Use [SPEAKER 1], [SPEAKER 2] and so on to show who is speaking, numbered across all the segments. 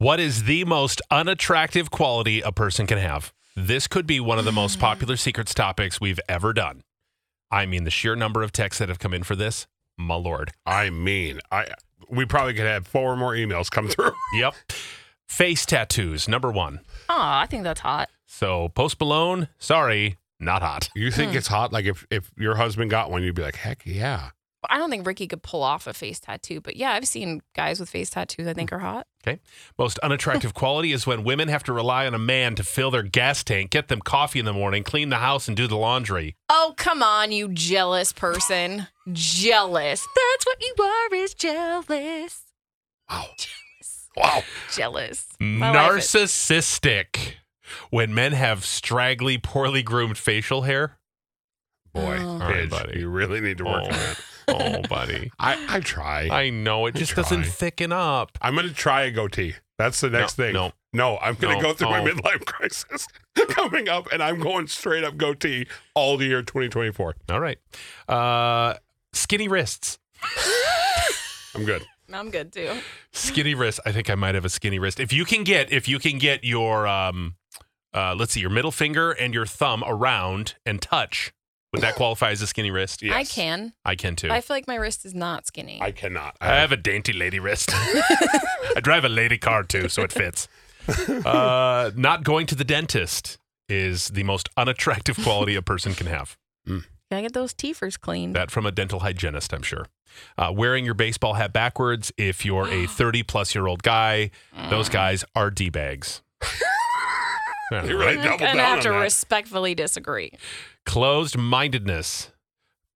[SPEAKER 1] What is the most unattractive quality a person can have? This could be one of the most popular secrets topics we've ever done. I mean, the sheer number of texts that have come in for this, my lord.
[SPEAKER 2] I mean, I we probably could have four more emails come through.
[SPEAKER 1] Yep. Face tattoos, number one.
[SPEAKER 3] Aw, I think that's hot.
[SPEAKER 1] So, Post Malone, sorry, not hot.
[SPEAKER 2] You think it's hot? Like if if your husband got one, you'd be like, heck yeah.
[SPEAKER 3] I don't think Ricky could pull off a face tattoo, but yeah, I've seen guys with face tattoos I think are hot.
[SPEAKER 1] Okay. Most unattractive quality is when women have to rely on a man to fill their gas tank, get them coffee in the morning, clean the house, and do the laundry.
[SPEAKER 3] Oh, come on, you jealous person. jealous. That's what you are is jealous.
[SPEAKER 2] Wow. Wow.
[SPEAKER 3] Jealous. I like it.
[SPEAKER 1] Narcissistic. When men have straggly, poorly groomed facial hair.
[SPEAKER 2] Boy,
[SPEAKER 3] Oh.
[SPEAKER 1] right,
[SPEAKER 2] Pidge,
[SPEAKER 1] buddy.
[SPEAKER 2] you really need to work on that.
[SPEAKER 1] Oh, buddy.
[SPEAKER 2] I, I try. I,
[SPEAKER 1] I know. It
[SPEAKER 2] I
[SPEAKER 1] just doesn't
[SPEAKER 2] try.
[SPEAKER 1] thicken up.
[SPEAKER 2] am going to try a goatee. That's the next
[SPEAKER 1] No,
[SPEAKER 2] thing.
[SPEAKER 1] no.
[SPEAKER 2] No, I'm going to
[SPEAKER 1] No,
[SPEAKER 2] go through my
[SPEAKER 1] no.
[SPEAKER 2] midlife crisis coming up, and I'm going straight up goatee all the year 2024.
[SPEAKER 1] All right. Uh, skinny wrists.
[SPEAKER 2] I'm good.
[SPEAKER 3] I'm good too.
[SPEAKER 1] Skinny wrists. I think I might have a skinny wrist. If you can get, if you can get your, um, uh, let's see, your middle finger and your thumb around and touch, would that qualify as a skinny wrist?
[SPEAKER 3] I
[SPEAKER 2] Yes.
[SPEAKER 3] can.
[SPEAKER 1] I can too.
[SPEAKER 3] I feel like my wrist is not skinny.
[SPEAKER 2] I cannot.
[SPEAKER 1] I have a dainty lady wrist. I drive a lady car too, so it fits. Uh, not going to the dentist is the most unattractive quality a person can have.
[SPEAKER 3] Can I get those teethers cleaned?
[SPEAKER 1] That from a dental hygienist, I'm sure. Uh, wearing your baseball hat backwards if you're a 30 plus year old guy,
[SPEAKER 2] Mm.
[SPEAKER 1] those guys are D bags.
[SPEAKER 2] He really
[SPEAKER 3] I'm
[SPEAKER 2] doubled
[SPEAKER 3] gonna
[SPEAKER 2] down
[SPEAKER 3] have
[SPEAKER 2] on
[SPEAKER 3] to
[SPEAKER 2] that.
[SPEAKER 3] respectfully disagree.
[SPEAKER 1] Closed mindedness.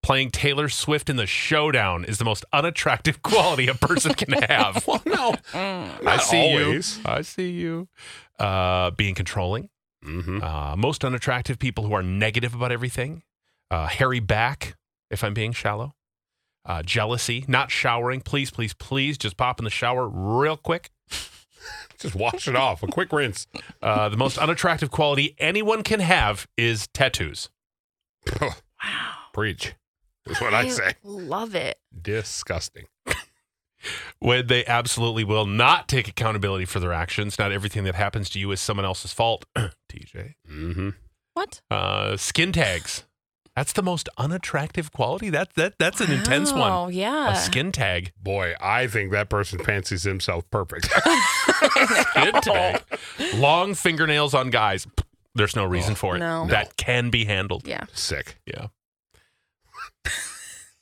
[SPEAKER 1] Playing Taylor Swift in the showdown is the most unattractive quality a person can have.
[SPEAKER 2] well, no.
[SPEAKER 1] I
[SPEAKER 3] Mm.
[SPEAKER 2] Not
[SPEAKER 1] see
[SPEAKER 2] always.
[SPEAKER 1] you. I see you. Uh, being controlling.
[SPEAKER 2] Mm-hmm.
[SPEAKER 1] Uh, most unattractive people who are negative about everything. Uh, hairy back, if I'm being shallow. Uh, jealousy, not showering. Please, please, please just pop in the shower real quick.
[SPEAKER 2] Just wash it off. A quick rinse.
[SPEAKER 1] Uh, the most unattractive quality anyone can have is tattoos.
[SPEAKER 3] Wow.
[SPEAKER 2] Preach. Is what I say.
[SPEAKER 3] Love it.
[SPEAKER 2] Disgusting.
[SPEAKER 1] When they absolutely will not take accountability for their actions. Not everything that happens to you is someone else's fault. TJ.
[SPEAKER 2] Mm-hmm.
[SPEAKER 3] What?
[SPEAKER 1] Uh, skin tags. That's the most unattractive quality. That that that's an intense one.
[SPEAKER 3] Oh, yeah.
[SPEAKER 1] A skin tag.
[SPEAKER 2] Boy, I think that person fancies himself perfect. Oh.
[SPEAKER 1] Skin tag. Long fingernails on guys. There's no
[SPEAKER 2] Oh.
[SPEAKER 1] reason for it.
[SPEAKER 3] no.
[SPEAKER 1] That can be handled.
[SPEAKER 3] yeah.
[SPEAKER 2] Sick.
[SPEAKER 1] Yeah.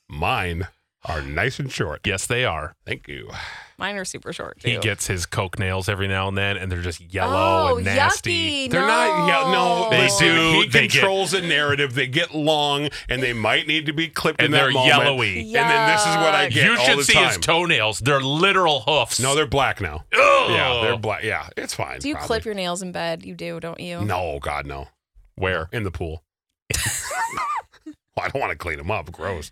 [SPEAKER 2] Mine are nice and short.
[SPEAKER 1] Yes, they are.
[SPEAKER 2] Thank you.
[SPEAKER 3] Mine are super short.
[SPEAKER 1] He
[SPEAKER 3] too.
[SPEAKER 1] gets his coke nails every now and then, and they're just yellow
[SPEAKER 3] Oh,
[SPEAKER 1] and nasty.
[SPEAKER 3] yucky.
[SPEAKER 2] They're not. Yeah, no.
[SPEAKER 3] No. They
[SPEAKER 2] listen,
[SPEAKER 1] do,
[SPEAKER 2] He
[SPEAKER 1] they get-
[SPEAKER 2] controls a narrative. They get long, and they might need to be clipped. in
[SPEAKER 1] And
[SPEAKER 2] that
[SPEAKER 1] they're
[SPEAKER 2] moment.
[SPEAKER 1] yellowy.
[SPEAKER 2] And then this is what I
[SPEAKER 3] Yuck.
[SPEAKER 2] get.
[SPEAKER 1] you
[SPEAKER 2] all
[SPEAKER 1] should
[SPEAKER 2] the
[SPEAKER 1] see his
[SPEAKER 2] time.
[SPEAKER 1] toenails. They're literal hoofs.
[SPEAKER 2] No, they're black now.
[SPEAKER 1] Ugh.
[SPEAKER 2] Yeah, they're black. Yeah, it's fine.
[SPEAKER 3] Do you
[SPEAKER 2] probably.
[SPEAKER 3] clip your nails in bed? You do, don't you?
[SPEAKER 2] No, God, no.
[SPEAKER 1] where?
[SPEAKER 2] In the pool. well, I don't want to clean them up. Gross.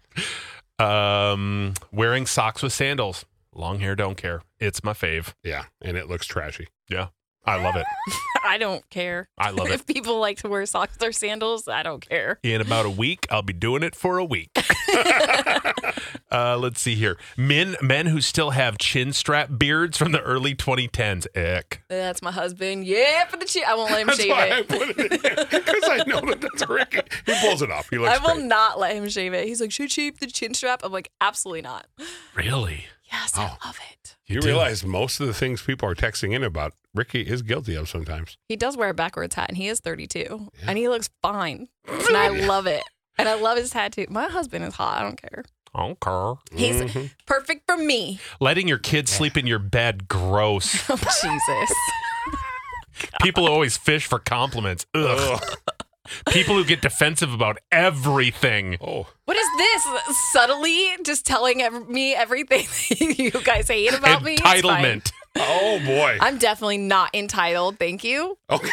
[SPEAKER 1] Um, wearing socks with sandals. Long hair, don't care. It's my fave.
[SPEAKER 2] Yeah, and it looks trashy.
[SPEAKER 1] Yeah, I love it.
[SPEAKER 3] I don't care.
[SPEAKER 1] I love it.
[SPEAKER 3] If people like to wear socks or sandals, I don't care.
[SPEAKER 1] In about a week, I'll be doing it for a week. uh, let's see here. Men men who still have chin strap beards from the early 2010s. Ick.
[SPEAKER 3] That's my husband. Yeah, for the cheek. I won't let him
[SPEAKER 2] That's
[SPEAKER 3] shave
[SPEAKER 2] why I
[SPEAKER 3] it.
[SPEAKER 2] put it in because I know that that's Ricky. He pulls it off. He
[SPEAKER 3] I
[SPEAKER 2] looks
[SPEAKER 3] will
[SPEAKER 2] great.
[SPEAKER 3] not let him shave it. He's like, should I shave the chin strap? I'm like, absolutely not.
[SPEAKER 1] Really?
[SPEAKER 3] Yes,
[SPEAKER 2] Oh.
[SPEAKER 3] I love it.
[SPEAKER 2] You,
[SPEAKER 1] do.
[SPEAKER 2] realize most of the things people are texting in about, Ricky is guilty of sometimes.
[SPEAKER 3] He does wear a backwards hat, and he is 32, and he looks fine, and I love it. And I love his tattoo. My husband is hot. I don't care.
[SPEAKER 1] Okay.
[SPEAKER 3] He's
[SPEAKER 2] Mm-hmm.
[SPEAKER 3] perfect for me.
[SPEAKER 1] Letting your kids sleep in your bed. Gross.
[SPEAKER 3] Oh, Jesus.
[SPEAKER 1] People who always fish for compliments. Ugh. People who get defensive about everything.
[SPEAKER 2] Oh,
[SPEAKER 3] What is this? Subtly just telling ev- me everything that you guys hate about me? It's fine.
[SPEAKER 1] Entitlement.
[SPEAKER 2] oh boy.
[SPEAKER 3] I'm definitely not entitled. Thank you.
[SPEAKER 2] Okay.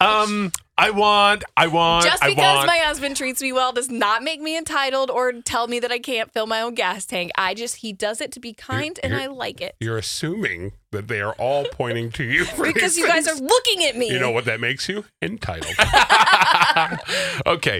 [SPEAKER 1] Um, I want, I want,
[SPEAKER 3] Just
[SPEAKER 1] I
[SPEAKER 3] because
[SPEAKER 1] want.
[SPEAKER 3] my husband treats me well does not make me entitled or tell me that I can't fill my own gas tank. I just he does it to be kind and
[SPEAKER 2] you're-
[SPEAKER 3] I like it.
[SPEAKER 2] You're assuming that they are all pointing to you for
[SPEAKER 3] Because
[SPEAKER 2] these
[SPEAKER 3] you guys are
[SPEAKER 2] things.
[SPEAKER 3] looking at me.
[SPEAKER 2] You know what that makes you? Entitled.
[SPEAKER 1] okay,